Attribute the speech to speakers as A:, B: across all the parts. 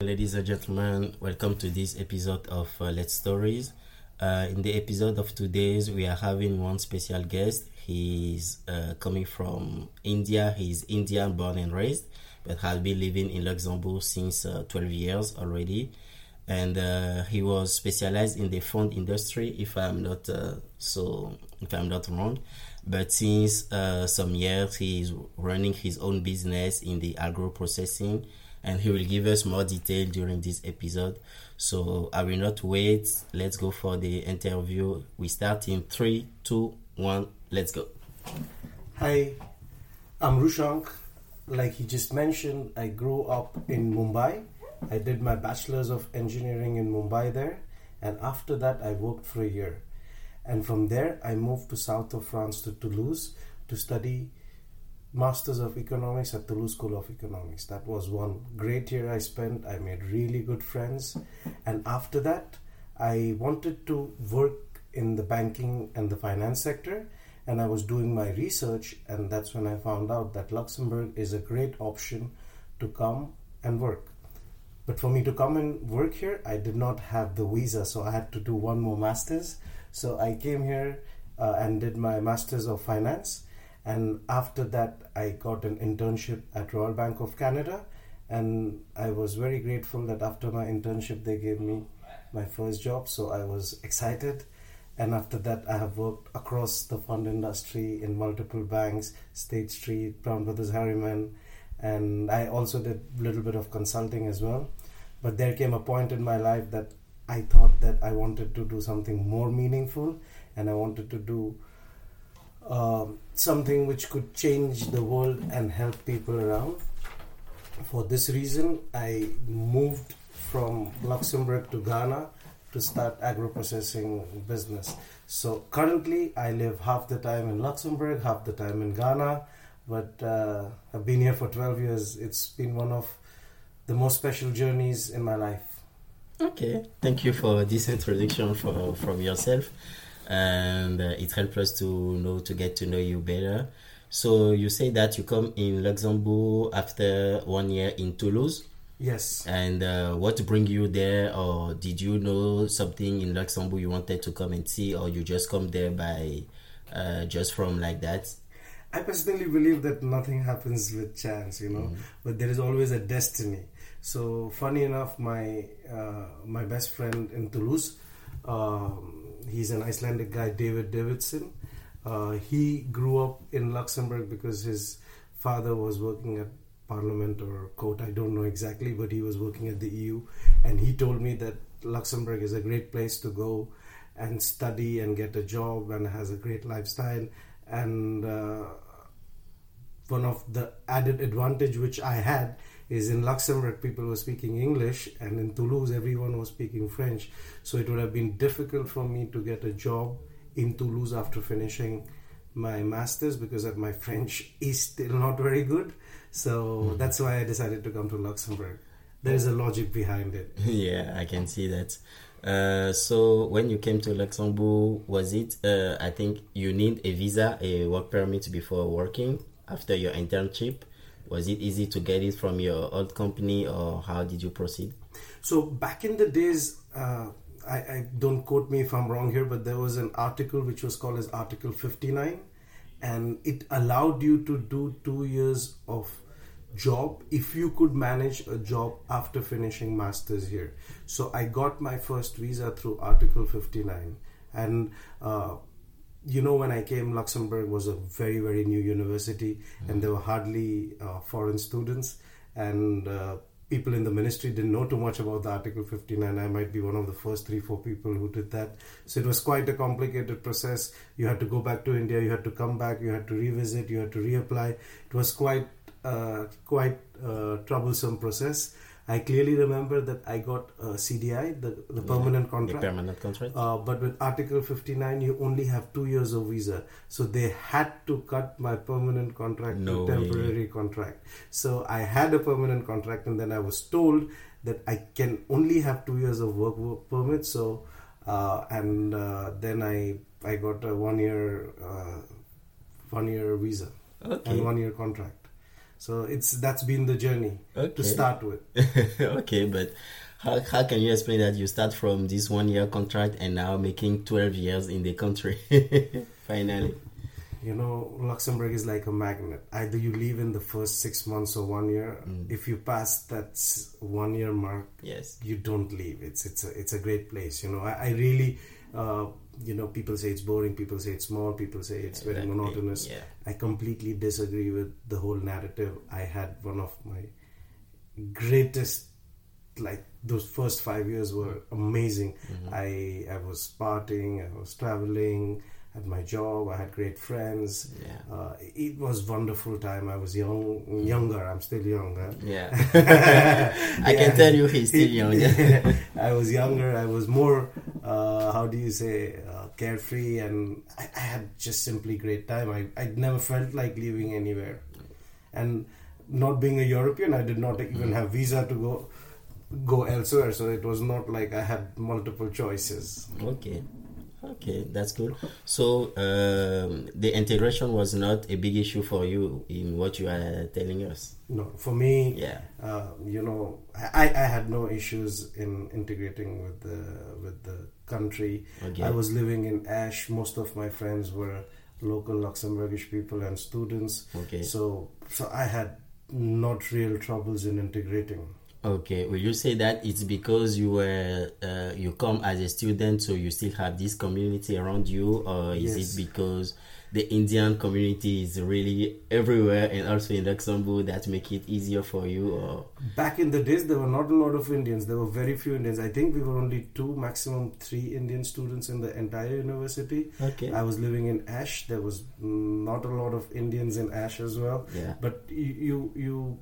A: Ladies and gentlemen, welcome to this episode of uh, Let's Stories. Uh, in the episode of today's, we are having one special guest. He's uh, coming from India. He's Indian, born and raised, but has been living in Luxembourg since uh, 12 years already. And uh, he was specialized in the fund industry, if I'm not uh, so, if I'm not wrong. But since uh, some years, he is running his own business in the agro processing and he will give us more detail during this episode. So I will not wait. Let's go for the interview. We start in three, two, one. Let's go.
B: Hi, I'm Rushank. Like he just mentioned, I grew up in Mumbai. I did my bachelor's of engineering in Mumbai there, and after that, I worked for a year. And from there, I moved to south of France to Toulouse to study Masters of Economics at Toulouse School of Economics. That was one great year I spent. I made really good friends. And after that, I wanted to work in the banking and the finance sector. And I was doing my research, and that's when I found out that Luxembourg is a great option to come and work. But for me to come and work here, I did not have the visa, so I had to do one more master's. So I came here uh, and did my master's of finance. And after that, I got an internship at Royal Bank of Canada. And I was very grateful that after my internship, they gave me my first job. So I was excited. And after that, I have worked across the fund industry in multiple banks, State Street, Brown Brothers Harriman. And I also did a little bit of consulting as well. But there came a point in my life that I thought that I wanted to do something more meaningful and I wanted to do um, something which could change the world and help people around. For this reason, I moved from Luxembourg to Ghana to start agro processing business. So currently, I live half the time in Luxembourg, half the time in Ghana. But uh, I've been here for 12 years. It's been one of the most special journeys in my life.
A: Okay. Thank you for this introduction for, from yourself, and uh, it helps us to know to get to know you better. So you say that you come in Luxembourg after one year in Toulouse,
B: Yes.
A: and uh, what bring you there, or did you know something in Luxembourg you wanted to come and see, or you just come there by uh, just from like that?
B: I personally believe that nothing happens with chance, you know, but there is always a destiny. So funny enough, my uh, my best friend in Toulouse, um, he's an Icelandic guy, David Davidson. Uh, he grew up in Luxembourg because his father was working at Parliament or court. I don't know exactly, but he was working at the EU, and he told me that Luxembourg is a great place to go and study and get a job and has a great lifestyle and. Uh, one of the added advantage which I had is in Luxembourg people were speaking English and in Toulouse everyone was speaking French. So it would have been difficult for me to get a job in Toulouse after finishing my masters because of my French is still not very good. So that's why I decided to come to Luxembourg. There is a logic behind it.
A: Yeah, I can see that. Uh, so when you came to Luxembourg, was it? Uh, I think you need a visa, a work permit before working after your internship. Was it easy to get it from your old company, or how did you proceed?
B: So back in the days, uh, I, I don't quote me if I'm wrong here, but there was an article which was called as Article 59, and it allowed you to do two years of job if you could manage a job after finishing masters here. So I got my first visa through Article 59, and uh, you know when i came luxembourg was a very very new university and there were hardly uh, foreign students and uh, people in the ministry didn't know too much about the article 59 i might be one of the first three four people who did that so it was quite a complicated process you had to go back to india you had to come back you had to revisit you had to reapply it was quite uh, quite uh, troublesome process i clearly remember that i got a cdi the, the permanent
A: A
B: contract
A: permanent contract.
B: uh, but with Article 59, you only have two years of visa. So they had to cut my permanent contract
A: No
B: to
A: way.
B: temporary contract. So I had a permanent contract, and then I was told that I can only have two years of work, work permit. So, uh, and uh, then I I got a one year uh, one year visa
A: Okay.
B: and one year contract. So it's that's been the journey
A: Okay.
B: to start with.
A: okay, but how, how can you explain that you start from this one year contract and now making 12 years in the country? Finally.
B: You know, Luxembourg is like a magnet. Either you leave in the first six months or one year. If you pass that s- one year mark,
A: Yes.
B: you don't leave. It's it's a, it's a great place. You know, I, I really, uh, you know, people say it's boring. People say it's small. People say it's very
A: Exactly,
B: monotonous.
A: yeah.
B: I completely disagree with the whole narrative. I had one of my greatest, like those first five years were amazing.
A: Mm-hmm.
B: I I was partying. I was traveling. Had my job. I had great friends.
A: Yeah.
B: Uh, it was wonderful time. I was young, younger. I'm still younger.
A: Mm-hmm. Yeah. I can tell you he's still young.
B: I was younger. I was more, uh, how do you say, uh, carefree, and I, I had just simply great time. I I never felt like leaving anywhere, and not being a European, I did not even have visa to go go elsewhere. So it was not like I had multiple choices.
A: Okay. Okay, that's cool. So um, the integration was not a big issue for you in what you are telling us.
B: No, for me,
A: Yeah.
B: uh, you know, I, I had no issues in integrating with the with the country.
A: Okay.
B: I was living in Ash. Most of my friends were local Luxembourgish people and students.
A: Okay.
B: So so I had not real troubles in integrating.
A: Okay, will you say that it's because you were uh, you come as a student, so you still have this community around you, or is
B: Yes.
A: it because the Indian community is really everywhere and also in Luxembourg that make it easier for you? Or
B: Back in the days, there were not a lot of Indians. There were very few Indians. I think we were only two, maximum three Indian students in the entire university.
A: okay,
B: I was living in Ash. There was mm, not a lot of Indians in Ash as well.
A: Yeah.
B: But you, you, you,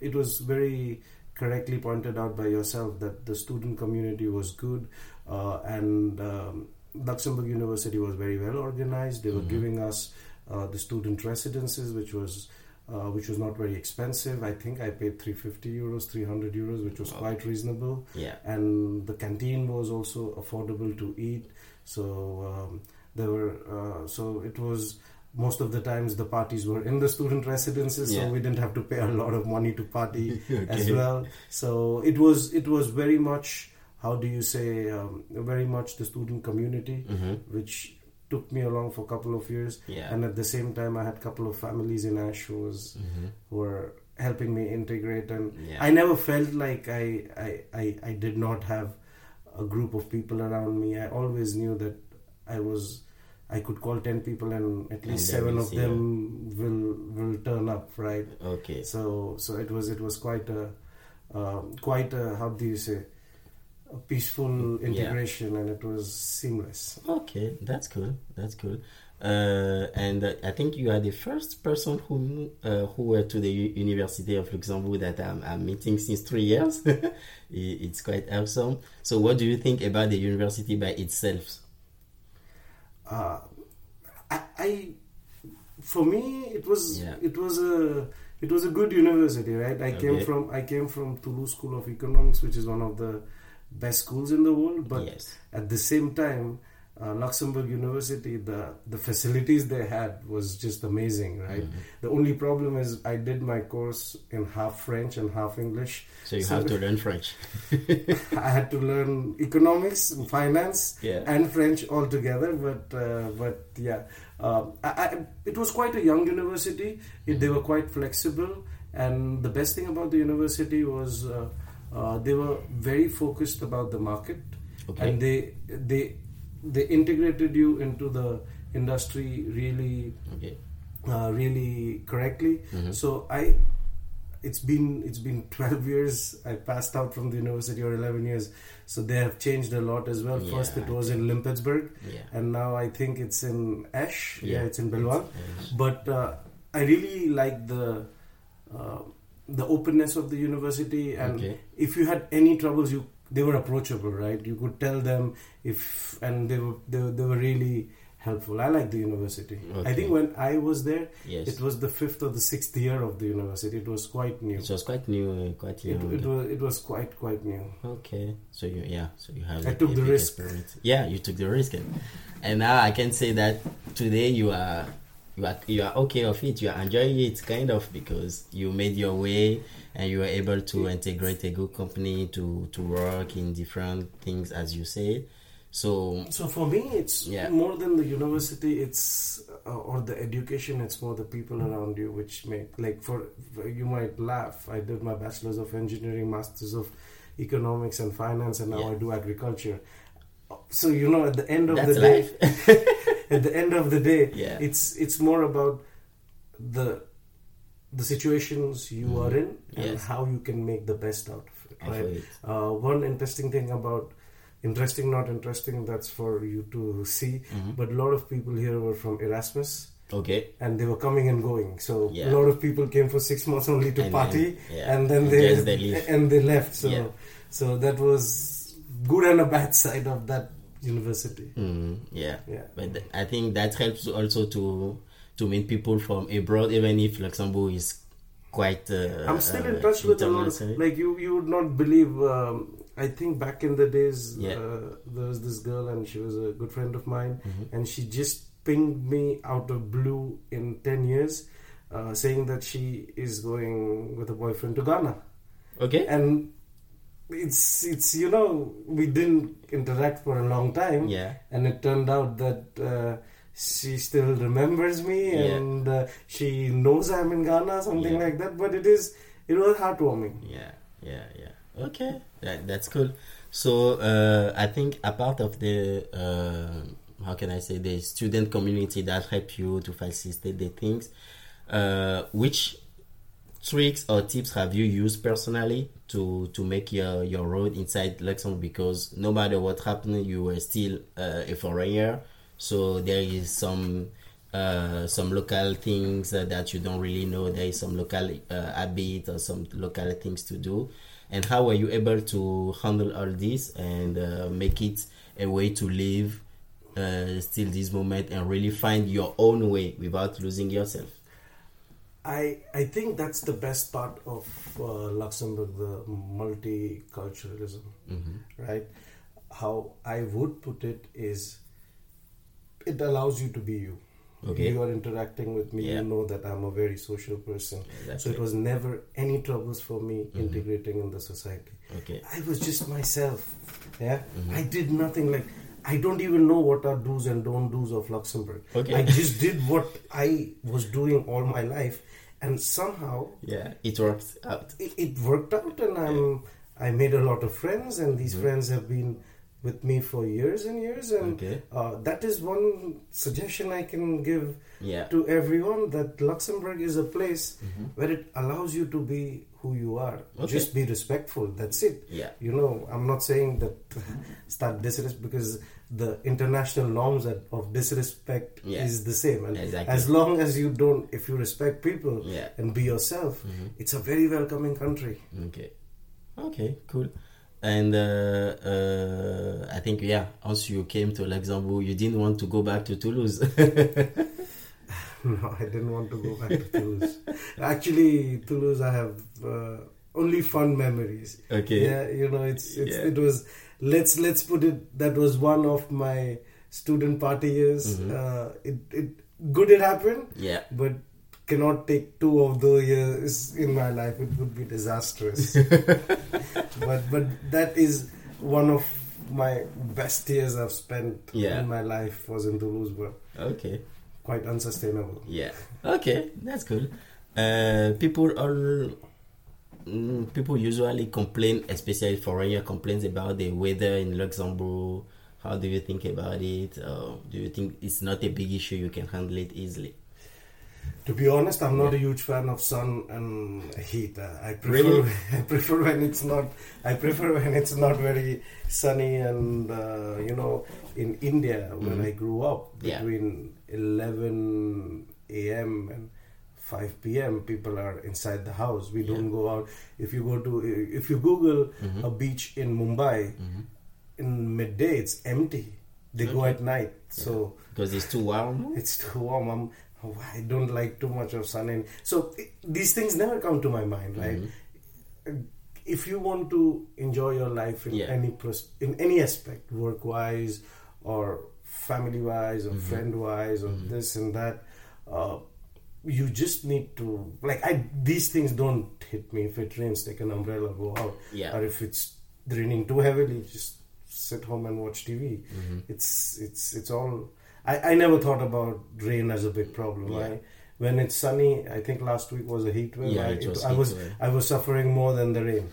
B: it was very correctly pointed out by yourself that the student community was good, uh, and um, Luxembourg University was very well organized. They were giving us uh, the student residences, which was. Uh, which was not very expensive. I think I paid 350 euros, 300 euros, which was quite reasonable
A: yeah,
B: and the canteen was also affordable to eat so um, there were uh, so it was most of the times the parties were in the student residences
A: Yeah.
B: so we didn't have to pay a lot of money to party as
A: Okay.
B: well so it was it was very much how do you say um, very much the student community which took me along for a couple of years
A: Mm-hmm. Yeah.
B: and at the same time i had a couple of families in ash who was
A: Mm-hmm.
B: who were helping me integrate and
A: Yeah.
B: I never felt like I, I, I, I did not have a group of people around me. I always knew that I was I could call ten people and at
A: And
B: least
A: they
B: seven
A: will
B: of
A: see
B: them will will turn up, right?
A: okay,
B: So so it was it was quite a um, quite a how do you say a peaceful integration and it was seamless.
A: okay, that's cool, that's cool. Uh, and uh, I think you are the first person who uh, who were to the U- University of Luxembourg that I'm, I'm meeting since three years. I- it's quite awesome. So, what do you think about the university by itself?
B: uh, I, I for me it was
A: Yeah.
B: it was a it was a good university right i came
A: Okay.
B: from i came from toulouse school of economics which is one of the best schools in the world but
A: Yes.
B: at the same time uh, luxembourg university the the facilities they had was just amazing right
A: Mm-hmm.
B: the only problem is i did my course in half french and half english
A: So you have to learn French.
B: I had to learn economics, and finance,
A: Yeah.
B: and French all together. But uh, but yeah, Um I, I, it was quite a young university. It, they were quite flexible, and the best thing about the university was uh, uh, they were very focused about the market,
A: Okay.
B: and they they they integrated you into the industry really
A: okay.
B: uh, really correctly. So I, it's been it's been twelve years. I passed out from the university or eleven years. So they have changed a lot as well. First, it
A: Yeah.
B: was in Limpetsburg,
A: Yeah.
B: and now I think it's in Ash. Yeah,
A: Yeah.
B: it's in Belwan. But uh, I really like the. Uh, the openness of the university and
A: Okay.
B: if you had any troubles you they were approachable right you could tell them if and they were they, were- they were really helpful i like the university i
A: Okay.
B: think when I was there,
A: Yes.
B: it was the fifth or the sixth year of the university. It was quite new.
A: It was quite new, uh, quite
B: It,
A: young.
B: it was it was quite quite new.
A: Okay, so you yeah, so you have.
B: I took
A: a
B: the
A: big
B: risk.
A: experience. Yeah, you took the risk, and, and now I can say that today you are you are you are okay of it. You are enjoying it kind of because you made your way and you were able to integrate a good company to to work in different things as you say. So
B: So for me, it's
A: Yeah.
B: more than the university. It's uh, or the education. It's more the people around you, which make like for you might laugh. I did my bachelor's of engineering, masters of economics and finance, and now
A: Yeah.
B: I do agriculture. So you know, at the end of
A: that's
B: the day,
A: life.
B: at the end of the day,
A: Yeah.
B: it's it's more about the the situations you
A: Mhm.
B: are in and
A: Yes.
B: how you can make the best out of it.
A: Of
B: Right?
A: it.
B: Uh, one interesting thing about interesting, not interesting, that's for you to see.
A: Mhm.
B: But a lot of people here were from Erasmus
A: Okay.
B: and they were coming and going. So
A: Yeah.
B: a lot of people came for six months only to
A: And
B: party
A: then- yeah.
B: and then
A: And
B: they,
A: just they leave.
B: and they left. So
A: Yeah.
B: so that was good and a bad side of that university.
A: Mm, yeah.
B: Yeah.
A: But th- I think that helps also to to meet people from abroad, even if Luxembourg is quite. Uh,
B: I'm still in
A: uh,
B: touch with a lot
A: international.
B: of like you. You would not believe. Um, I think back in the days,
A: Yeah.
B: uh, there was this girl, and she was a good friend of mine,
A: Mhm.
B: and she just pinged me out of blue in ten years, uh, saying that she is going with a boyfriend to Ghana,
A: Okay.
B: and it's it's you know we didn't interact for a long time,
A: Yeah.
B: and it turned out that uh, she still remembers me
A: Yeah.
B: and uh, she knows I'm in Ghana, something
A: Yeah.
B: like that. But it is it was heartwarming.
A: Yeah, yeah, yeah. Okay, that, that's cool. So uh, I think a part of the uh, how can I say the student community that help you to facilitate the things. Uh, which tricks or tips have you used personally to to make your your road inside Luxembourg? Because no matter what happened, you were still uh, a foreigner. So there is some uh, some local things uh, that you don't really know. There is some local uh, habit or some local things to do. And how were you able to handle all this and uh, make it a way to live uh, still this moment and really find your own way without losing yourself?
B: I I think that's the best part of uh, Luxembourg, the multiculturalism,
A: Mm-hmm.
B: right? How I would put it is, it allows you to be you.
A: Okay.
B: You are interacting with me.
A: Yeah.
B: You know that I'm a very social person. So
A: Exactly. Mm-hmm.
B: it was never any troubles for me integrating in the society.
A: Okay.
B: I was just myself. Yeah, I did nothing like. I don't even know what are do's and don't do's of Luxembourg.
A: Okay.
B: I just did what I was doing all my life, and somehow
A: Yeah, it works out.
B: it, it worked out, and I'm I made a lot of friends, and
A: Mm-hmm.
B: these friends have been with me for years and years, and
A: Okay.
B: uh, that is one suggestion I can give
A: Yeah. Mm-hmm.
B: to everyone that Luxembourg is a place where it allows you to be who you are.
A: Okay.
B: Just be respectful. That's it.
A: Yeah.
B: You know, I'm not saying that start disrespect because the international norms that- of disrespect
A: Yeah.
B: is the same. And
A: Exactly.
B: as long as you don't, if you respect people
A: Yeah. Mm-hmm.
B: and be yourself, it's a very welcoming country.
A: Okay. Okay, cool. And uh, uh, I think, yeah, once you came to Luxembourg, you didn't want to go back to Toulouse.
B: No, I didn't want to go back to Toulouse. Actually, Toulouse, I have uh, only fond memories.
A: Okay.
B: Yeah, you know, it's, it's
A: Yeah.
B: it was. Let's let's put it. That was one of my student party years.
A: Mm-hmm.
B: Uh, it it good it happened,
A: yeah.
B: but cannot take two of those years in my life. It would be disastrous. but but that is one of my best years I've spent
A: Yeah.
B: in my life was in Toulouse, but
A: Okay.
B: quite unsustainable.
A: Yeah. Okay, that's cool. Uh, people are mm, people usually complain, especially foreigner complains about the weather in Luxembourg. How do you think about it? Uh, do you think it's not a big issue? You can handle it easily.
B: To be honest, I'm not a huge fan of sun and heat. Uh, I prefer
A: Really?
B: I prefer when it's not. I prefer when it's not very sunny and uh, you know, in India when I grew up
A: Mm-hmm. Yeah.
B: between 11 a.m. and 5 p.m. people are inside the house. We don't go out. If you go to if you Google
A: Mm-hmm.
B: a beach in Mumbai in midday, it's empty. They go at night. So
A: Because it's too warm.
B: it's too warm. I'm, oh, I don't like too much of sun. And so i- these things never come to my mind, right? If you want to enjoy your life in
A: Yeah.
B: any pros- in any aspect,
A: Mm-hmm.
B: work wise or family wise or friend wise or this and that, uh, you just need to like I these things don't hit me. If it rains, take an umbrella, go out.
A: Yeah.
B: Or if it's raining too heavily, just sit home and watch TV.
A: Mm-hmm.
B: It's it's it's all. I, I never thought about rain as a big problem. I, when it's sunny, I think last week was a heat wave.
A: Yeah,
B: I,
A: it was
B: I
A: heat
B: was
A: wave.
B: I was suffering more than the rain.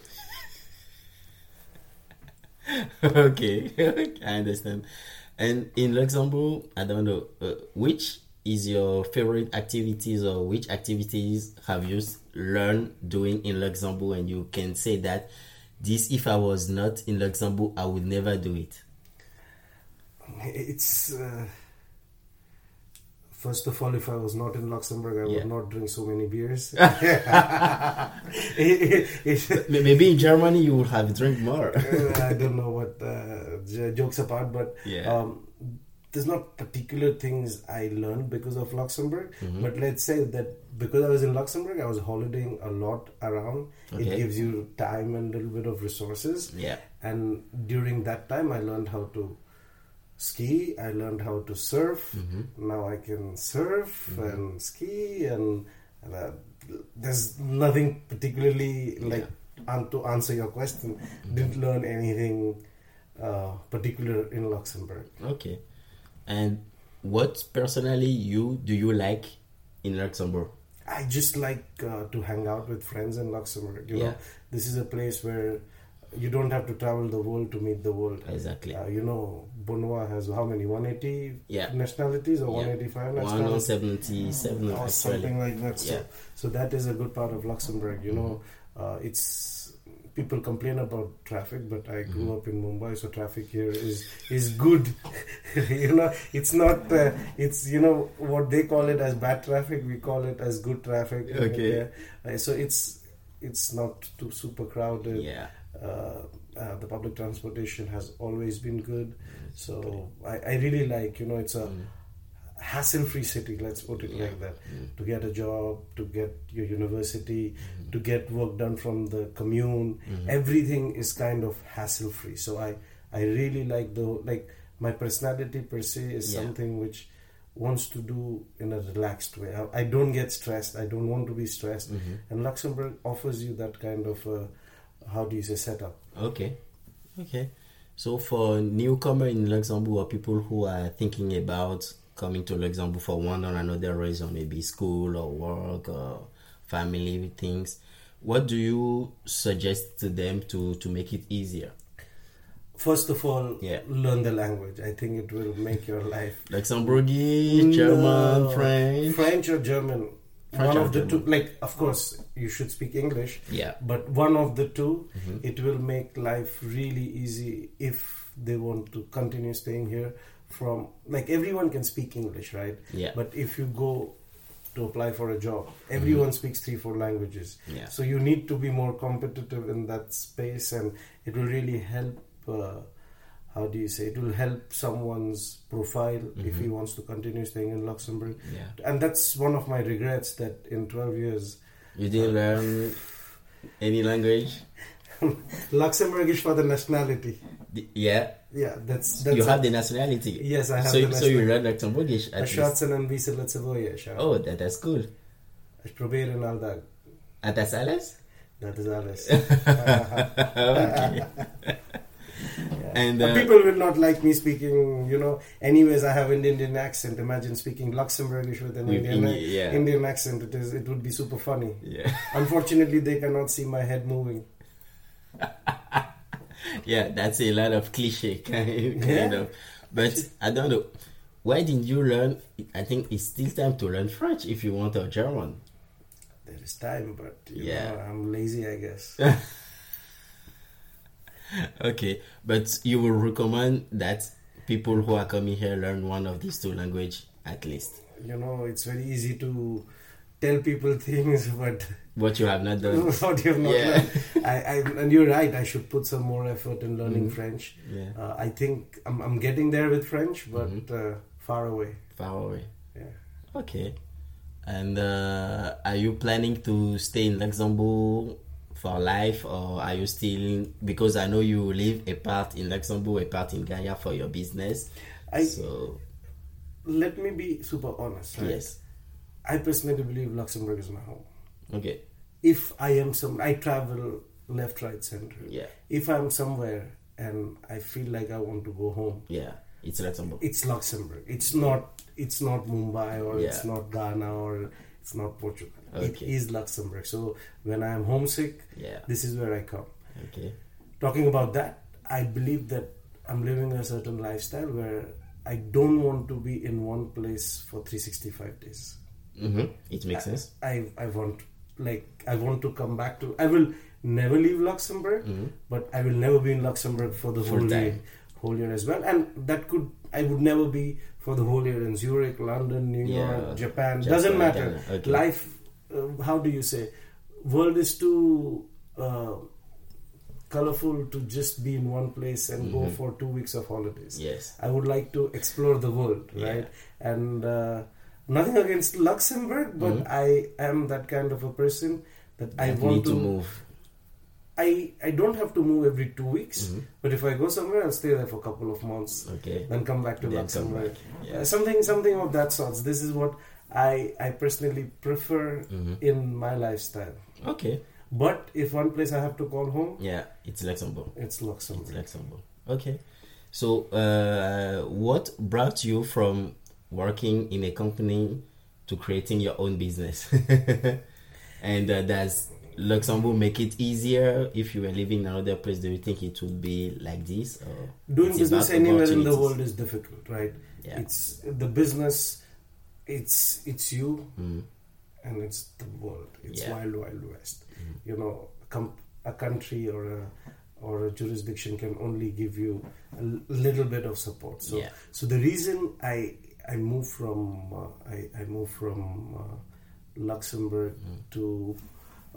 A: okay, I understand. And in Luxembourg, I don't know uh, which is your favorite activities or which activities have you s- learned doing in Luxembourg, and you can say that this, if I was not in Luxembourg, I would never do it.
B: It's uh, first of all, if I was not in Luxembourg, I
A: Yeah.
B: would not drink so many beers. It- it-
A: May- Maybe in Germany you would have drink more.
B: I don't know what uh, j- jokes apart, but
A: Yeah.
B: um, there's not particular things I learned because of Luxembourg.
A: Mm-hmm.
B: But let's say that because I was in Luxembourg, I was holidaying a lot around.
A: Okay.
B: It gives you time and a little bit of resources.
A: yeah.
B: And during that time, I learned how to ski. I learned how to surf. Now I can surf and ski, and, and, uh, there's nothing particularly like an- to answer your question. Didn't learn anything uh, particular in Luxembourg.
A: Okay. And what personally you do you like in Luxembourg?
B: I just like uh, to hang out with friends in Luxembourg. You
A: Yeah.
B: know, this is a place where you don't have to travel the world to meet the world.
A: Exactly.
B: Uh, you know, Bonwa has how many? 180
A: Yeah.
B: nationalities or
A: Yeah.
B: 185 nationalities?
A: 177
B: Mm. Or
A: actually.
B: something like that. So,
A: Yeah. Mm-hmm.
B: so that is a good part of Luxembourg. You know, uh, it's people complain about traffic, but I grew
A: Mm-hmm.
B: up in Mumbai, so traffic here is is good. you know, it's not. Uh, it's you know what they call it as bad traffic. We call it as good traffic. in
A: Okay.
B: India. Uh, so it's it's not too super crowded
A: Yeah.
B: uh, uh, the public transportation has always been good.
A: Mm-hmm.
B: So I, I really like, you know, it's a hassle free city, let's put it like that.
A: Mm.
B: To get a job, to get your university, to get work done from the commune,
A: Mm-hmm.
B: everything is kind of hassle free. So I, I really like the, like, my personality per se is
A: Yeah.
B: something which wants to do in a relaxed way. I, I don't get stressed. I don't want to be stressed.
A: Mm-hmm.
B: And Luxembourg offers you that kind of, uh, how do you say, setup.
A: Okay. Okay. So for newcomer in Luxembourg or people who are thinking about coming to Luxembourg for one or another reason, maybe school or work or family things, what do you suggest to them to, to make it easier?
B: First of all,
A: Yeah.
B: learn the language. I think it will make your life
A: Luxembourgish, German,
B: No.
A: French.
B: French or German.
A: French
B: one
A: or
B: of the
A: German.
B: two. Like, of course, you should speak English.
A: Yeah. Mm-hmm.
B: But one of the 2 it will make life really easy if they want to continue staying here. From like everyone can speak English, right?
A: Yeah.
B: But if you go to apply for a job, everyone speaks three, four languages.
A: Mm. Yeah.
B: So you need to be more competitive in that space, and it will really help. Uh, how do you say? It will help someone's profile if he wants to continue staying in Luxembourg.
A: Mm-hmm. Yeah.
B: And that's one of my regrets that in 12 years,
A: You didn't learn any language?
B: Luxembourg is for the nationality.
A: D- Yeah.
B: Yeah, that's that's.
A: you have the nationality.
B: Yes, I have
A: so,
B: the
A: So you learn Luxembourgish at least.
B: Ashwat Sanan Bisa Latsavoya Ashwat.
A: Oh, that, that's cool.
B: Probeer and all that.
A: And that's alles?
B: That is alles.
A: okay. And
B: Uh,
A: uh,
B: people will not like me speaking, you know. Anyways, I have an Indian accent. Imagine speaking Luxembourgish with an
A: With
B: Indian,
A: Mm, Indi- yeah.
B: Indian accent. It is. It would be super funny.
A: yeah,
B: Unfortunately, they cannot see my head moving.
A: yeah, that's a lot of cliche kind, kind
B: Yeah.
A: of. But I don't know. Why didn't you learn? I think it's still time to learn French if you want or German.
B: There is time, but you
A: Yeah.
B: know, I'm lazy, I guess.
A: Okay, but you will recommend that people who are coming here learn one of these two language at least.
B: you know, it's very easy to tell people things, but
A: What you have not done.
B: what you've not
A: Yeah.
B: learned. I, I, and you're right. I should put some more effort in learning French.
A: Mm. Yeah. Mm-hmm.
B: Uh, I think I'm, I'm getting there with French, but uh, far away.
A: Far away.
B: Yeah.
A: Okay. And uh, are you planning to stay in Luxembourg for life, or are you still? Because I know you live a part in Luxembourg, a part in Gaia for your business.
B: I-
A: so
B: Let me be super honest. Right?
A: yes,
B: I personally believe Luxembourg is my home.
A: Okay.
B: If I am some, I travel left, right, center.
A: Yeah.
B: If I'm somewhere and I feel like I want to go home,
A: Yeah. It's Luxembourg.
B: it's Luxembourg. It's not. It's not Mumbai or it's
A: Yeah.
B: not Ghana or it's not Portugal. It
A: Okay.
B: is Luxembourg. So when I'm homesick,
A: Yeah.
B: this is where I come.
A: Okay.
B: Talking about that, I believe that I'm living a certain lifestyle where I don't want to be in one place for 365 days.
A: Mm-hmm. It makes sense.
B: I I want like I want to come back to I will never leave Luxembourg, but I will never be in Luxembourg for the
A: Mm-hmm. Full
B: whole year,
A: time.
B: whole year as well. And that could I would never be for the whole year in Zurich, London, New
A: Yeah.
B: York, Japan.
A: Japan,
B: Doesn't matter.
A: Ghana, okay.
B: Life, uh, how do you say? World is too. Uh, colorful to just be in one place and go
A: Mm-hmm.
B: for two weeks of holidays
A: Yes.
B: I would like to explore the world,
A: Yeah.
B: right? And uh, nothing against Luxembourg, but I am that kind of a person that I
A: You
B: want
A: Mm-hmm. need
B: to.
A: to move.
B: I I don't have to move every two weeks,
A: Mm-hmm.
B: but if I go somewhere, I'll stay there for a couple of months,
A: Okay.
B: then come back to
A: Then come
B: Luxembourg.
A: back, yeah.
B: Uh, something something of that sort. This is what I I personally prefer
A: Mm-hmm.
B: in my lifestyle.
A: Okay.
B: But if one place I have to call home,
A: Yeah. It's Luxembourg.
B: it's Luxembourg.
A: It's Luxembourg. Okay. So, uh, what brought you from working in a company to creating your own business? and uh, does Luxembourg make it easier if you were living in another place? Do you think it would be like this? Or
B: doing
A: it's
B: business
A: about
B: anywhere in the
A: opportunities?
B: world is difficult right
A: Yeah.
B: it's the business it's it's you and it's the world it's
A: Mm. Yeah.
B: wild wild west you know a com- a country or a or a jurisdiction can only give you a l- little bit of support so
A: Yeah.
B: so the reason i i moved from uh, I, I moved from uh, luxembourg to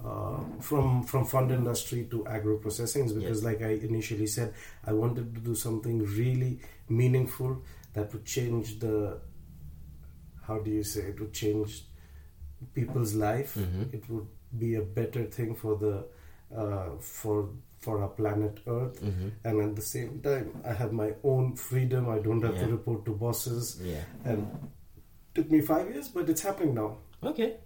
B: uh, from from fund industry to agro processing is because like i initially said i wanted to do something really meaningful that would change the how do you say it would change people's life
A: Mm-hmm.
B: it would be a better thing for the uh, for for our planet earth
A: Mm-hmm.
B: and at the same time i have my own freedom i don't have to
A: Yeah.
B: report to bosses
A: Yeah.
B: and took me five years but it's happening now
A: Okay.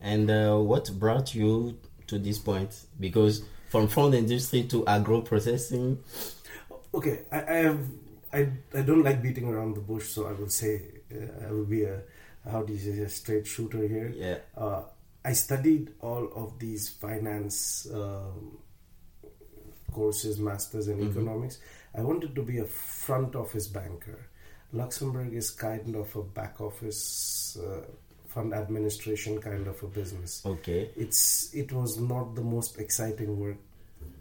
A: And uh, what brought you to this point? Because from front industry to agro processing,
B: okay i, I have I, I don't like beating around the bush so i will say uh, i will be a how do you say a straight shooter here
A: yeah.
B: uh, I studied all of these finance um, courses, masters
A: Mm-hmm.
B: in economics. I wanted to be a front office banker. Luxembourg is kind of a back office uh, fund administration kind of a business.
A: Okay.
B: It's it was not the most exciting work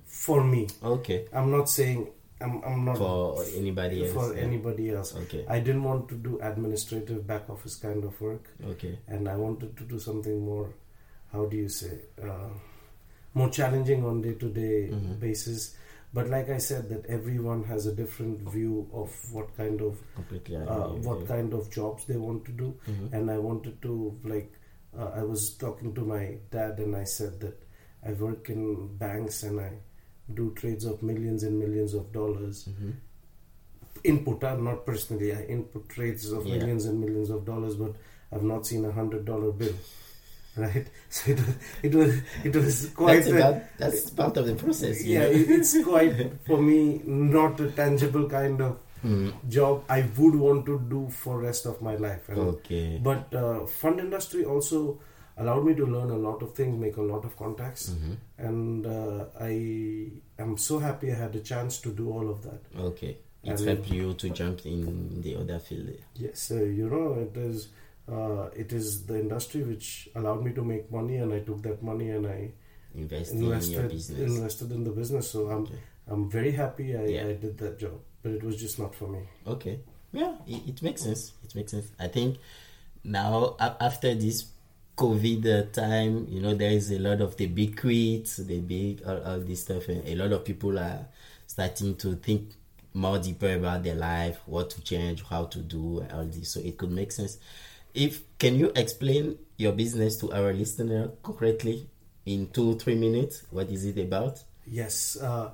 B: for me.
A: Okay.
B: I'm not saying I'm, I'm not
A: For anybody else.
B: for
A: yeah.
B: anybody else.
A: Okay.
B: I didn't want to do administrative back office kind of work
A: Okay.
B: and I wanted to do something more, how do you say, uh, more challenging on day to day basis. But like I said, that everyone has a different view of what kind of
A: Completely. agree
B: uh,
A: with
B: what
A: you. Mm-hmm.
B: kind of jobs they want to do, and I wanted to like uh, I was talking to my dad and I said that I work in banks and I do trades of millions and millions of dollars.
A: Mm-hmm.
B: Input, uh, not personally. I input trades of
A: Yeah.
B: millions and millions of dollars, but I've not seen a hundred dollar bill. Right, so it was it was it was quite
A: that's,
B: a-
A: about, that's part of the process. You
B: yeah,
A: know?
B: it- it's quite for me not a tangible kind of
A: Mm-hmm.
B: job I would want to do for rest of my life. And-
A: Okay.
B: But uh, fund industry also allowed me to learn a lot of things, make a lot of contacts,
A: Mm. Mm-hmm.
B: and uh, I am so happy I had a chance to do all of that.
A: Okay. It
B: And-
A: helped you to jump in the other field.
B: Yes, so you know it is. Uh, it is the industry which allowed me to make money, and I took that money and I
A: Invest in your
B: invested
A: business.
B: invested in the business. So I'm
A: Okay.
B: I'm very happy I,
A: Yeah.
B: I did that job, but it was just not for me.
A: Okay. Yeah, it, it makes sense. It makes sense. I think now a- after this COVID uh, time, you know, there is a lot of the big quits, the big all, all this stuff, and a lot of people are starting to think more deeper about their life, what to change, how to do, and all this. So it could make sense. If can you explain your business to our listener concretely in two three minutes? What is it about?
B: Yes, uh,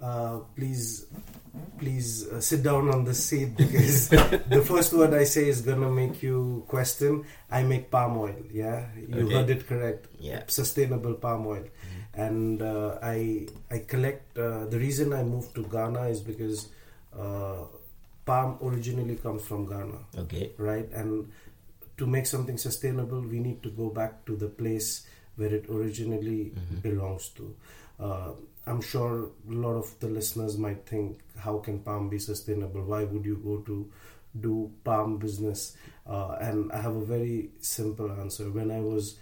B: uh, please please uh, sit down on the seat because the first word I say is gonna make you question. I make palm oil. Yeah, you
A: Okay.
B: heard it correct.
A: Yeah. Mm-hmm.
B: sustainable palm oil, and uh, I I collect. Uh, the reason I moved to Ghana is because uh, palm originally comes from Ghana
A: Okay.
B: right? And to make something sustainable, we need to go back to the place where it originally belongs to. Uh, I'm sure a lot of the listeners might think, how can palm be sustainable? Why would you go to do palm business? Uh, and I have a very simple answer. When I was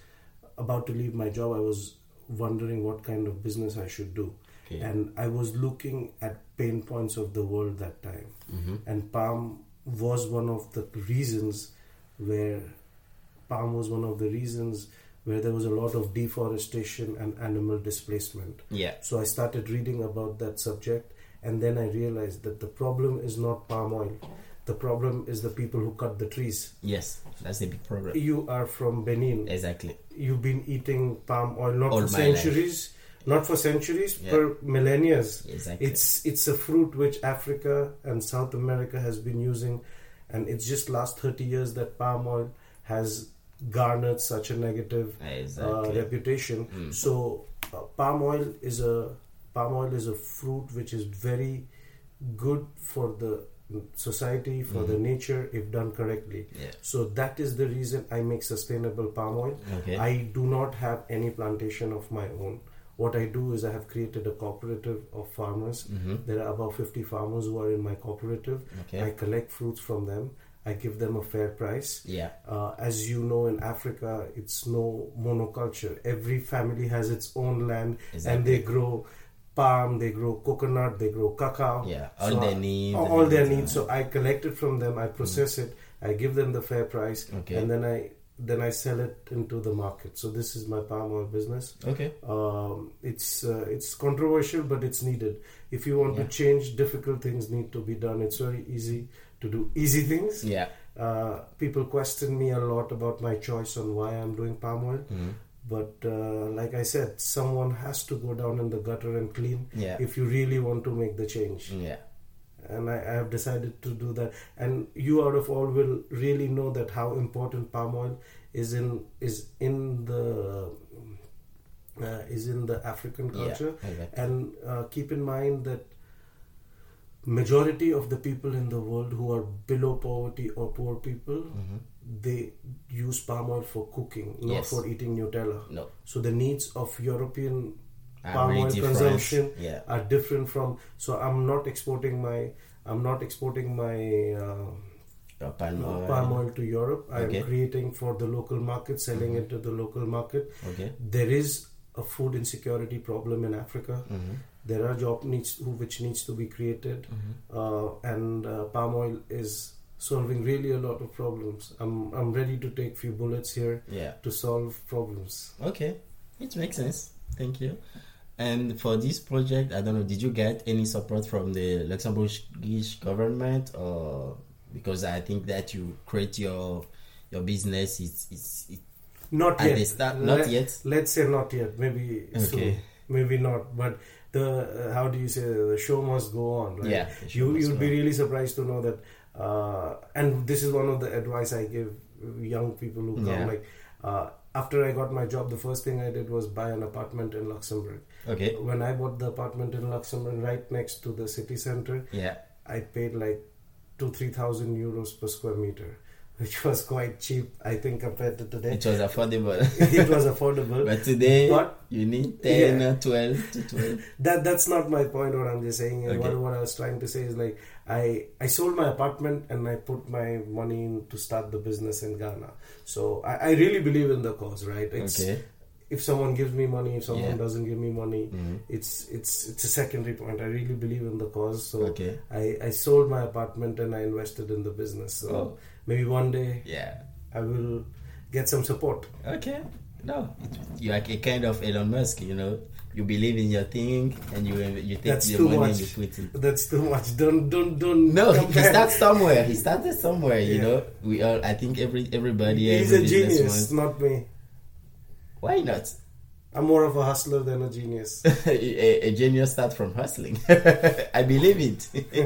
B: about to leave my job, I was wondering what kind of business I should do.
A: Okay.
B: And I was looking at pain points of the world that time.
A: Mm-hmm.
B: And palm was one of the reasons where palm was one of the reasons where there was a lot of deforestation and animal displacement.
A: Yeah.
B: So I started reading about that subject, and then I realized that the problem is not palm oil. The problem is the people who cut the trees.
A: Yes. That's a big problem.
B: You are from Benin
A: Exactly.
B: you've been eating palm oil not
A: All
B: for
A: my life.
B: centuries not for centuries
A: Yeah.
B: for millennia
A: Exactly.
B: it's it's a fruit which africa and south america has been using and it's just last 30 years that palm oil has garnered such a negative uh,
A: exactly. Hmm.
B: reputation so uh, palm oil is a palm oil is a fruit which is very good for the society for the nature if done correctly
A: Hmm. Yeah.
B: so that is the reason i make sustainable palm oil
A: Okay.
B: I do not have any plantation of my own. What I do is I have created a cooperative of farmers. There are about 50 farmers who are in my cooperative.
A: Mm-hmm. Okay.
B: I collect fruits from them. I give them a fair price.
A: yeah.
B: Uh, as you know, in Africa, it's no monoculture. Every family has its own land, and
A: Exactly.
B: they grow palm, they grow coconut, they grow cacao.
A: Yeah, all their
B: I-
A: needs
B: All,
A: and
B: all their
A: everything. Mm.
B: needs. So I collect it from them. I process it. I give them the fair price,
A: Okay.
B: and then I then I sell it into the market. So this is my palm oil business.
A: Okay.
B: Um, it's uh, it's controversial, but it's needed. If you want to change, difficult things need to be done. It's very easy to do easy things.
A: Yeah.
B: Uh, people question me a lot about my choice on why I'm doing palm oil.
A: Mm-hmm.
B: But uh, like I said, someone has to go down in the gutter and clean
A: Yeah.
B: if you really want to make the change.
A: Yeah.
B: And I, I have decided to do that. And you, out of all, will really know that how important palm oil is in is in the uh, is in the African
A: Yeah,
B: culture.
A: exactly.
B: And uh, keep in mind that majority of the people in the world who are below poverty or poor people, they use palm oil for cooking, not
A: Mm-hmm. Yes.
B: for eating Nutella.
A: No.
B: So the needs of European
A: Are
B: palm
A: really
B: oil
A: different.
B: consumption
A: Yeah.
B: are different from. So I'm not exporting my I'm not exporting my uh,
A: Uh, palm oil.
B: palm oil to Europe. I'm
A: Okay. Mm-hmm.
B: creating for the local market, selling it to the local market.
A: Okay.
B: There is a food insecurity problem in Africa.
A: Mm-hmm.
B: There are job needs who- which needs to be created,
A: Mm-hmm.
B: uh, and uh, palm oil is solving really a lot of problems. I'm I'm ready to take few bullets here
A: Yeah.
B: to solve problems.
A: Okay. It makes sense. Thank you. And for this project, I don't know, did you get any support from the Luxembourgish government or because I think that you create your your business it's it's it,
B: Not
A: At
B: yet.
A: the start- not yet?
B: Let's say not yet. Maybe soon.
A: Okay.
B: Maybe not. But the uh, how do you say the show must go on, right?
A: Yeah, the show
B: You
A: must
B: you'd
A: go
B: be
A: on.
B: really surprised to know that. Uh, and this is one of the advice I give young people who come.
A: Yeah.
B: Like uh, after I got my job, the first thing I did was buy an apartment in Luxembourg.
A: okay.
B: When I bought the apartment in Luxembourg, right next to the city center,
A: Yeah.
B: I paid like two three thousand euros per square meter, which was quite cheap, I think, compared to today
A: It was affordable.
B: it was affordable.
A: but today
B: But-
A: you need 10
B: Yeah.
A: or 12 to 12.
B: that that's not my point. What I'm just saying, and what,
A: Okay.
B: what I was trying to say is like I I sold my apartment and I put my money in to start the business in Ghana. So I, I really believe in the cause, right? It's,
A: Okay.
B: If someone gives me money, if someone
A: Yeah. Mm-hmm.
B: doesn't give me money, it's it's it's a secondary point. I really believe in the cause, so
A: Okay.
B: I I sold my apartment and I invested in the business. So
A: Oh.
B: maybe one day
A: Yeah.
B: I will get some support.
A: Okay. No, it, you're like a kind of Elon Musk, you know. You believe in your thing and you uh, you take
B: That's
A: the
B: too
A: money
B: much.
A: and you put it.
B: That's too much. Don't don't don't.
A: No, he, he
B: compare.
A: starts somewhere. He started somewhere, you
B: Yeah.
A: know. We all, I think every everybody.
B: He's
A: every
B: a
A: businessman-
B: genius, not me.
A: Why not?
B: I'm more of a hustler than a genius.
A: a, a genius starts from hustling. I believe it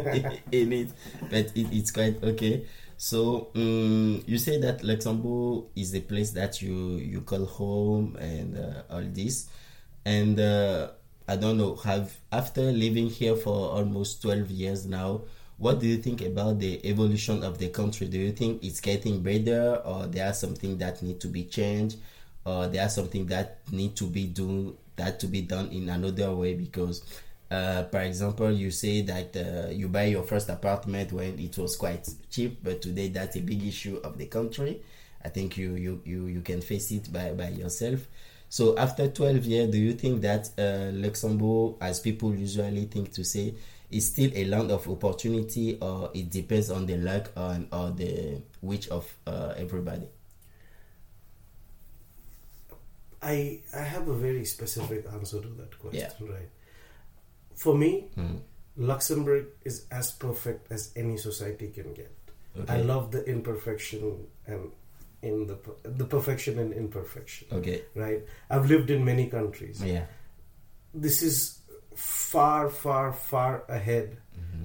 A: in it, but it, it's quite okay. So um, you say that Luxembourg is the place that you you call home and uh, all this, and uh, I don't know. Have after living here for almost twelve years now, what do you think about the evolution of the country? Do you think it's getting better, or there are something that need to be changed, or Uh, there are something that need to be done that to be done in another way? Because, uh, for example, you say that uh, you buy your first apartment when it was quite cheap, but today that's a big issue of the country. I think you you you, you can face it by by yourself. So after twelve years, do you think that uh, Luxembourg, as people usually think to say, it's still a land of opportunity or it depends on the luck on or the wish of uh, everybody
B: I I have a very specific answer to that question,
A: Yeah. Hmm.
B: right? For me, Luxembourg is as perfect as any society can get. I
A: Okay.
B: love the imperfection and in the per- the perfection and imperfection.
A: okay
B: Right? I've lived in many countries.
A: yeah
B: This is far, far, far ahead
A: Mm-hmm.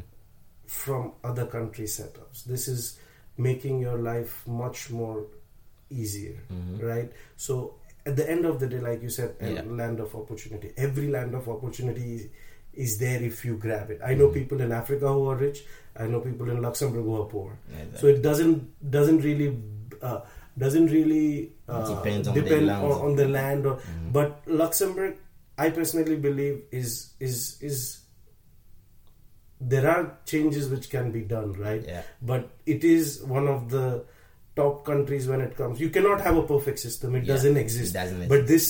B: from other country setups. This is making your life much more easier, right? So at the end of the day, like you said, a
A: Mm-hmm. Yeah.
B: land of opportunity. Every land of opportunity is, is there if you grab it. I know
A: Mm-hmm.
B: people in Africa who are rich. I know people in Luxembourg who are poor.
A: Yeah, that-
B: So it doesn't doesn't really uh, doesn't really uh,
A: Depends on the
B: depend
A: land.
B: on, on the land. Or, But Luxembourg, I personally believe is is is there are changes which can be done, right?
A: Yeah.
B: But it is one of the top countries when it comes. You cannot have a perfect system; it
A: Yeah,
B: doesn't
A: it
B: exist.
A: doesn't
B: But this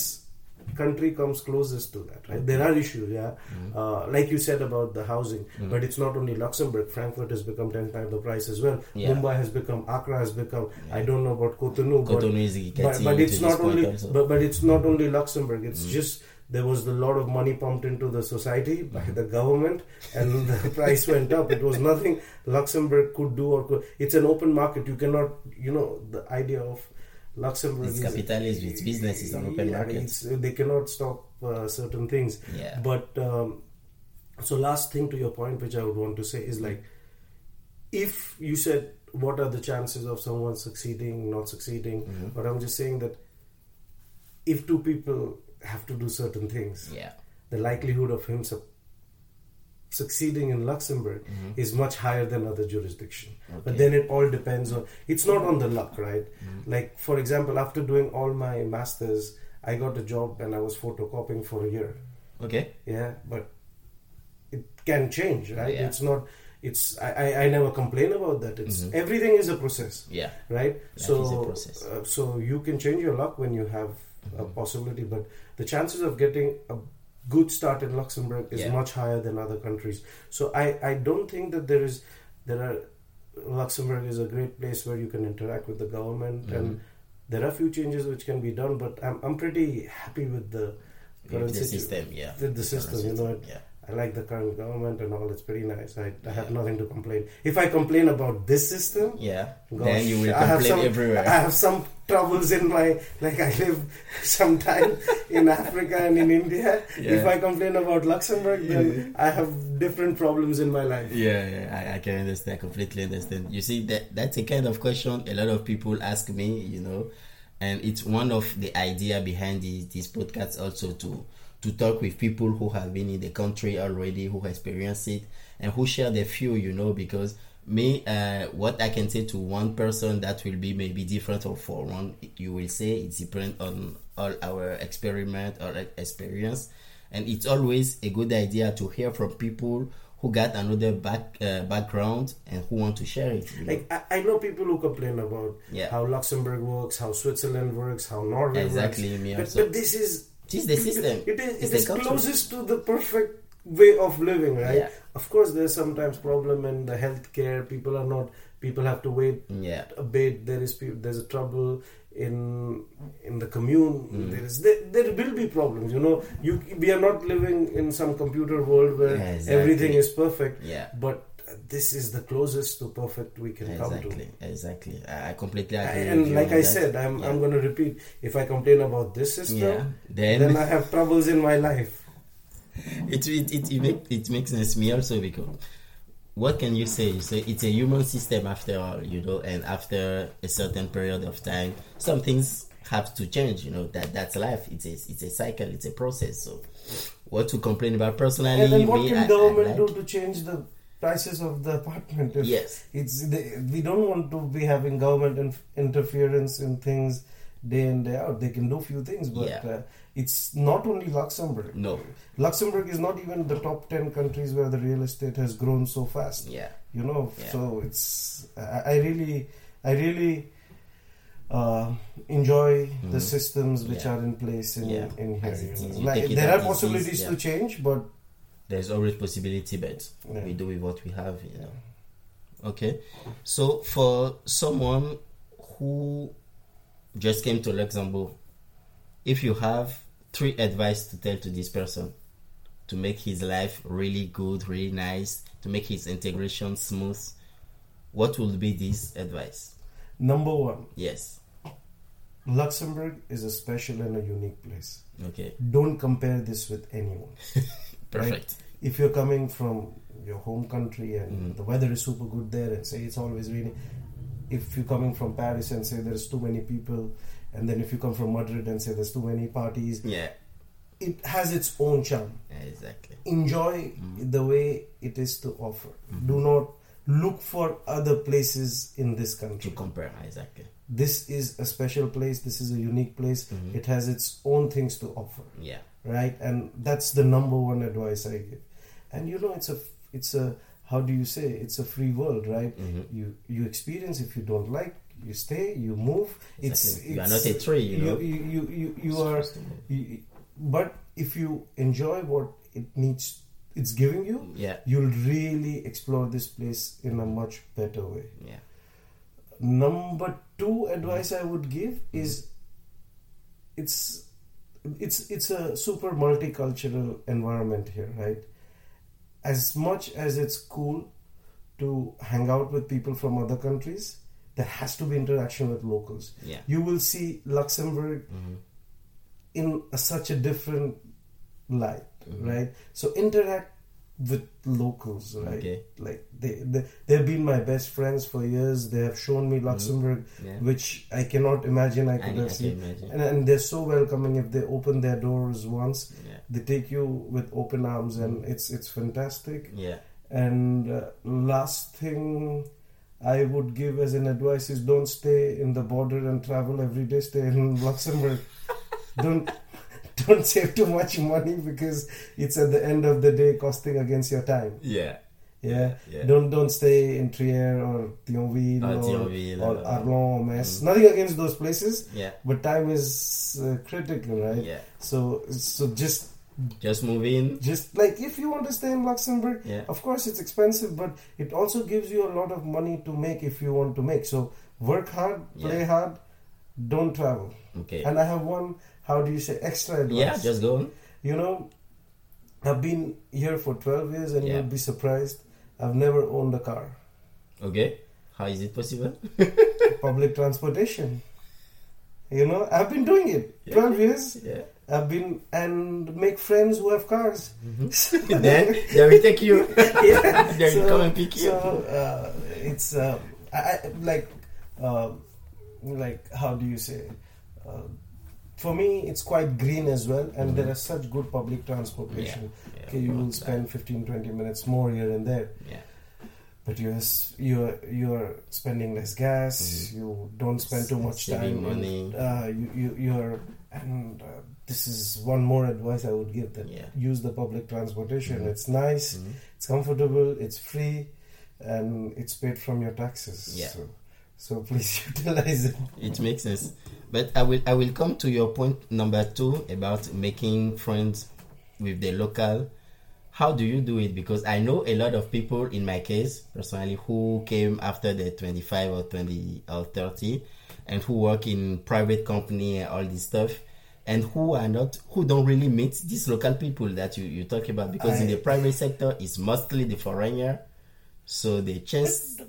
B: country comes closest to that, right? There are issues, yeah.
A: Mm-hmm.
B: Uh, like you said about the housing, but it's not only Luxembourg. Frankfurt has become ten times the price as well.
A: Yeah.
B: Mumbai has become. Accra has become. I don't know about Cotonou, but-
A: Cotonou is
B: but,
A: getting
B: but
A: to
B: it's
A: this
B: not
A: point
B: only.
A: also. Mm.
B: But, but it's not only Luxembourg. It's just there was a lot of money pumped into the society by the government, and the price went up. It was nothing Luxembourg could do or could. It's an open market. You cannot. You know the idea of Luxembourg.
A: It's
B: is-
A: capitalism, it's business, it's an open
B: Yeah,
A: market.
B: it's- they cannot stop uh, certain things.
A: Yeah.
B: But um, so last thing to your point, which I would want to say is like, if you said what are the chances of someone succeeding, not succeeding, but I'm just saying that if two people have to do certain things,
A: yeah
B: the likelihood of him su- succeeding in Luxembourg is much higher than other jurisdiction. But then it all depends on. It's not on the luck, right? Like for example, after doing all my masters, I got a job and I was photocopying for a year.
A: okay
B: Yeah, but it can change, right?
A: Yeah.
B: It's not. It's I, I. I never complain about that. It's everything is a process
A: yeah
B: right
A: Mm-hmm. is
B: so
A: a process. Mm-hmm.
B: Uh, so you can change your luck when you have a possibility but the chances of getting a good start in luxembourg is
A: Yeah.
B: much higher than other countries so i i don't think that there is there are luxembourg is a great place where you can interact with the government
A: Mm-hmm.
B: and there are few changes which can be done but i'm, I'm pretty happy with the current
A: the
B: situ-
A: system yeah
B: the, the
A: Current
B: system you know
A: system, yeah
B: I like the current government and all. It's pretty nice. I, I have nothing to complain. If I complain about this system,
A: yeah
B: Gosh,
A: then you will
B: I have
A: complain
B: some,
A: everywhere
B: I have some troubles in my like I live sometime in Africa and in India.
A: Yeah.
B: If I complain about Luxembourg, then I have different problems in my life.
A: yeah, yeah I, I can understand I completely understand you see that that's a kind of question a lot of people ask me you know and it's one of the idea behind this, this podcast also to to talk with people who have been in the country already who experienced it and who share their view you know because me uh, what i can say to one person that will be maybe different or for one you will say it's dependent on all our experiment or experience and it's always a good idea to hear from people who got another back uh, background and who want to share it. you know.
B: Like I, I know people who complain about
A: Yeah.
B: how Luxembourg works, how Switzerland works, how Norway
A: Exactly, me
B: works.
A: also.
B: But, but this is
A: It is the system.
B: It is,
A: It's
B: it
A: the
B: is
A: culture.
B: closest to the perfect way of living, right?
A: Yeah.
B: Of course, there's sometimes problem in the healthcare. People are not. People have to wait
A: yeah,
B: a bit there is peop- there's a trouble in in the commune
A: Hmm.
B: there is there, there will be problems you know you we are not living in some computer world where
A: Yeah, exactly.
B: everything is perfect
A: Yeah.
B: but
C: this is the closest to perfect we can come to.
A: Exactly, exactly. I I completely agree. with
C: And
A: you
C: like
A: on
C: I
A: that.
C: said, I'm,
A: yeah.
C: I'm going to repeat if I complain about this system,
A: yeah. Then,
C: then I have troubles in my life.
A: it it it, it, make, it makes sense to me also because what can you say? You say it's a human system after all, you know, and after a certain period of time, some things have to change. You know that that's life. It's a it's a cycle. It's a process. So, what to complain about personally?
B: And then what
A: me,
B: can
A: I- I
B: government do
A: like-
B: to change the prices of the apartment? If
A: Yes.
B: it's they, we don't want to be having government inf- interference in things day in day out. They can do few things, but
A: Yeah. Mm.
B: uh, it's not only Luxembourg.
A: No.
B: Luxembourg is not even the top ten countries where the real estate has grown so fast.
A: Yeah.
B: You know,
A: Yeah.
B: so it's I, I really, I really. Uh, enjoy the
A: Mhm.
B: systems which
A: Yeah.
B: are in place in,
A: Yeah.
B: in here.
A: As it
B: you know.
A: is. You
B: Like,
A: take it as
B: there are
A: it is,
B: possibilities
A: yeah.
B: to change, but
A: There's always possibility, but
B: Yeah.
A: we do with what we have. You know. Okay. So for someone who just came to Luxembourg, if you have three advice to tell to this person to make his life really good, really nice, to make his integration smooth, what would be this advice?
B: number one,
A: Yes.
B: Luxembourg is a special and a unique place.
A: Okay.
B: Don't compare this with anyone.
A: Perfect.
B: If you're coming from your home country and
A: Mhm.
B: the weather is super good there and say it's always raining, if you're coming from Paris and say there's too many people, and then if you come from Madrid and say there's too many parties,
A: Yeah.
B: it has its own charm.
A: Exactly.
B: Enjoy the way it is to offer. Do not look for other places in this
A: To
B: country.
A: compare. Exactly.
B: This is a special place, this is a unique place, it has its own things to offer.
A: Yeah.
B: right and that's the number one advice i give and you know it's a it's a how do you say it's a free world right
A: Mhm.
B: you you experience if you don't like you stay you move it's,
A: Exactly. You are
B: it's-
A: not a tree, you know.
B: you you you, you are you, but if you enjoy what it needs it's giving you
A: Yeah.
B: you'll really explore this place in a much better way
A: Yeah.
B: number two advice i would give is it's it's it's a super multicultural environment here right as much as it's cool to hang out with people from other countries there has to be interaction with locals
A: Yeah. Mm-hmm.
B: you will see luxembourg in a, such a different light
A: Mm-hmm.
B: right so interact with locals right
A: Okay.
B: like they, they they've been my best friends for years they have shown me luxembourg
A: Mm-hmm. Yeah.
B: which i cannot imagine i
A: I, I
B: could
A: can
B: have seen
A: imagine.
B: and, and they're so welcoming if they open their doors once
A: Yeah. Mm-hmm.
B: they take you with open arms and it's it's fantastic
A: Yeah.
B: and uh, last thing I would give as an advice is don't stay in the border and travel every day. Stay in Luxembourg. don't don't save too much money because it's at the end of the day costing against your time.
A: Yeah.
B: Yeah.
A: Yeah.
B: Don't don't stay in Trier or Thionville
A: Or
B: or,
A: Thionville
B: or
A: or-
B: Arlon or Metz. Nothing against those places,
A: Yeah.
B: but time is uh, critical, right?
A: Yeah.
B: So so just
A: Just move in.
B: just like if you want to stay in Luxembourg,
A: Yeah.
B: of course it's expensive, but it also gives you a lot of money to make if you want to make. So work hard, play
A: Yeah.
B: hard, don't travel.
A: Okay.
B: And I have one, how do you say, extra advice.
A: Yeah, just go on.
B: You know, I've been here for 12 years and
A: Yeah.
B: you'll be surprised, I've never owned a car.
A: Okay. How is it possible?
B: Public transportation. You know, I've been doing it.
A: Yeah.
B: 12 years,
A: Yeah.
B: I've been, and make friends who have cars.
A: Mm-hmm. then they will take you.
B: yeah.
A: They will come and pick you.
B: So uh, it's uh, I, I- like um like how do you say? Uh, for me, it's quite green as well, and there are such good public transportation.
A: Mm-hmm. Yeah,
B: Okay, you will
A: of course.
B: spend 15, 20 minutes more here and there,
A: Yeah.
B: but you're s- you're you're spending less gas. You don't spend too much
A: Mm-hmm. Saving
B: time. in-
A: money.
B: uh, you, you you're and uh, this is one more advice I would give that
A: Yeah.
B: use the public transportation.
A: Mhm.
B: It's nice.
A: Mhm.
B: It's comfortable, it's free, and it's paid from your taxes.
A: Yeah.
B: So, so please utilize it.
A: It makes sense. But I will I will come to your point number two about making friends with the local. How do you do it? Because I know a lot of people in my case personally who came after the twenty five or twenty or thirty and who work in private company and all this stuff and who are not who don't really meet these local people that you, you talk about because in
B: I-
A: the private sector it's mostly the foreigner So they changed.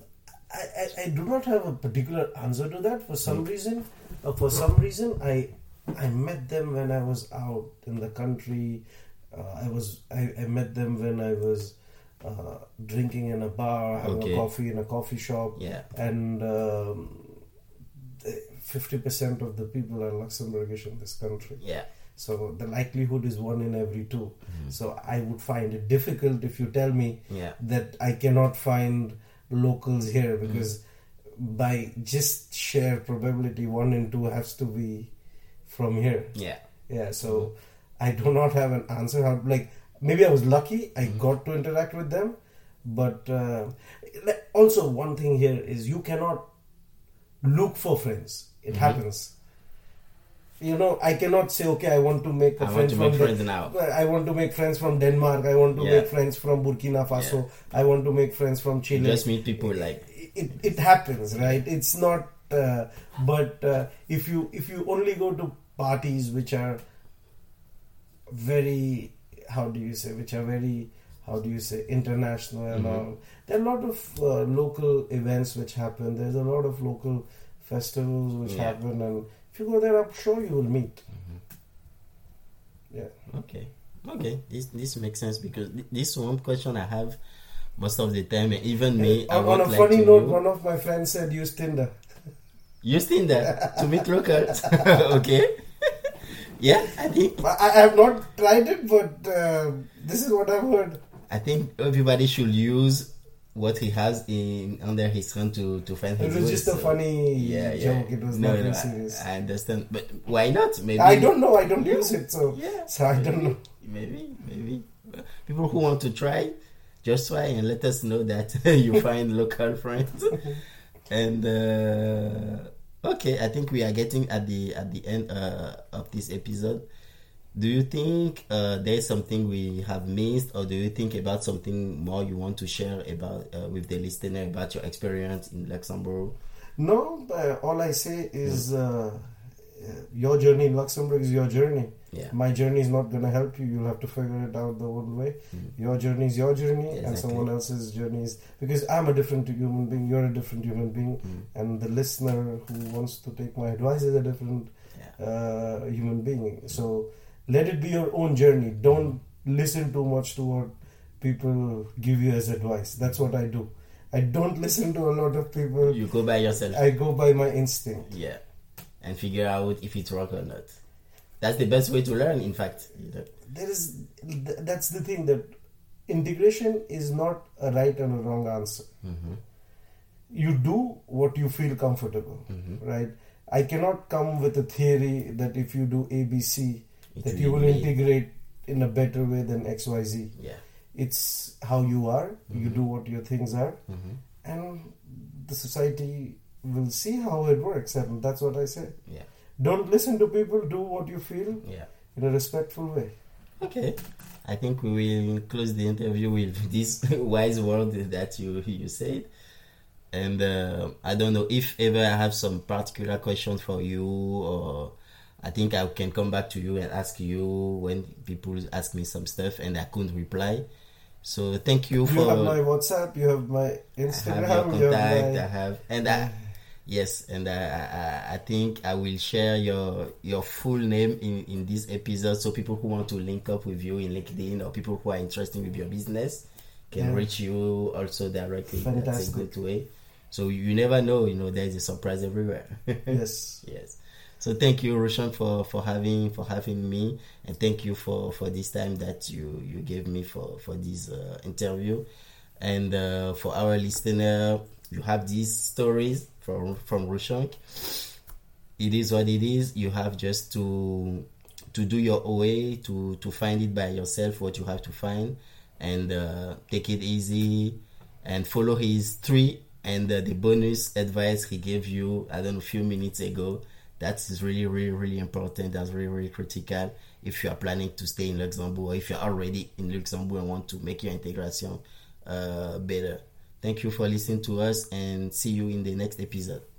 B: I, I, I do not have a particular answer to that. For some reason, uh, for some reason, I I met them when I was out in the country. Uh, I was I, I met them when I was uh, drinking in a bar, having
A: Okay.
B: a coffee in a coffee shop,
A: Yeah.
B: and um, fifty percent of the people are Luxembourgish in this country.
A: Yeah.
B: So the likelihood is one in every 2 So I would find it difficult if you tell me
A: Yeah.
B: that I cannot find locals here because by just sheer probability, one in two has to be from here.
A: Yeah.
B: Yeah,
A: Mm-hmm.
B: so I do not have an answer. How, like maybe I was lucky; I
A: Mm-hmm.
B: got to interact with them. But uh, le- also, one thing here is you cannot look for friends. It
A: Mm-hmm.
B: happens. You know, I cannot say, okay, I want to make
A: I
B: a
A: want
B: friend
A: to
B: from
A: make
B: Den-
A: friends now.
B: well, I want to make friends from Denmark. I want to
A: Yeah.
B: make friends from Burkina Faso. I want to make friends from Chile
A: Just meet people like
B: it, it happens right it's not uh, but uh, if you if you only go to parties which are very how do you say which are very how do you say international and
A: Mm-hmm.
B: all there are a lot of uh, local events which happen there's a lot of local festivals which
A: Yeah. Mm-hmm.
B: happen and if you go there i'm sure you will meet yeah
A: okay, okay. This this makes sense because th- this one question I have most of the time, and even me. I
B: on, on
A: would
B: a
A: like
B: funny
A: to
B: note
A: know-
B: one of my friends said use tinder
A: You still there to meet locals? okay. yeah, I think
B: I, I have not tried it but uh, this is what i've heard
A: I think everybody should use what he has in under his hand to to find
B: It
A: his
B: was
A: way,
B: just a
A: so-
B: funny
A: yeah, yeah.
B: joke. It was
A: no,
B: nothing
A: no, I-
B: serious.
A: I, understand, but why not? Maybe
B: I, don't know. I don't
A: Yeah.
B: use it, so
A: Yeah.
B: so I don't know.
A: Maybe, maybe people who want to try, just try and let us know that you find local friends. and uh, okay, I think we are getting at the at the end uh, of this episode. Do you think uh, there's something we have missed, or do you think about something more you want to share about uh, with the listener about your experience in Luxembourg?
B: No, uh, all I say is uh, uh, your journey in Luxembourg is your journey.
A: Yeah.
B: My journey is not going to help you. You'll have to figure it out the own way. Your journey is your journey, and
A: Hmm. Exactly.
B: someone else's journey is because I'm a different human being. You're a different human being,
A: Hmm.
B: and the listener who wants to take my advice is a different
A: Yeah.
B: uh, human being. So let it be your own journey. Don't listen too much to what people give you as advice. That's what I do. I don't listen to a lot of people.
A: You go by yourself.
B: I go by my instinct.
A: Yeah, and figure out if it work or not. That's the best way to learn. In fact, you know.
B: There is th- that's the thing that integration is not a right and a wrong answer. You do what you feel comfortable, right? I cannot come with a theory that if you do ABC,
A: It
B: that
A: will
B: you will
A: be-
B: integrate in a better way than X Y Z.
A: yeah,
B: it's how you are you do what your things are and the society will see how it works and that's what i say
A: yeah,
B: don't listen to people do what you feel
A: yeah.
B: in a respectful way
A: Okay, I think we will close the interview with this wise word that you you said. And uh, I don't know if ever I have some particular question for you, or I think I can come back to you and ask you when people ask me some stuff and I couldn't reply. So thank you
B: you
A: for
B: have my whatsapp you have my
A: I
B: instagram
A: have
B: you
A: your
B: have
A: contact.
B: my
A: I have, and I, yes, and I, I, I- I think I will share your your full name in in this episode, so people who want to link up with you in LinkedIn or people who are interested with your business can
B: Yeah.
A: reach you also directly. That's a
B: Fantastic.
A: good way. So you never know, you know, there's a surprise everywhere.
B: yes
A: yes. So thank you, Roshan, for, for having for having me, and thank you for, for this time that you, you gave me for for this uh, interview, and uh, for our listener, you have these stories from from Roshan. It is what it is. You have just to to do your way to to find it by yourself what you have to find, and uh, take it easy, and follow his three and uh, the bonus advice he gave you I don't know a few minutes ago. That is really, really, really important. That's really, really critical if you are planning to stay in Luxembourg or if you're already in Luxembourg and want to make your integration uh, better. Thank you for listening to us and see you in the next episode.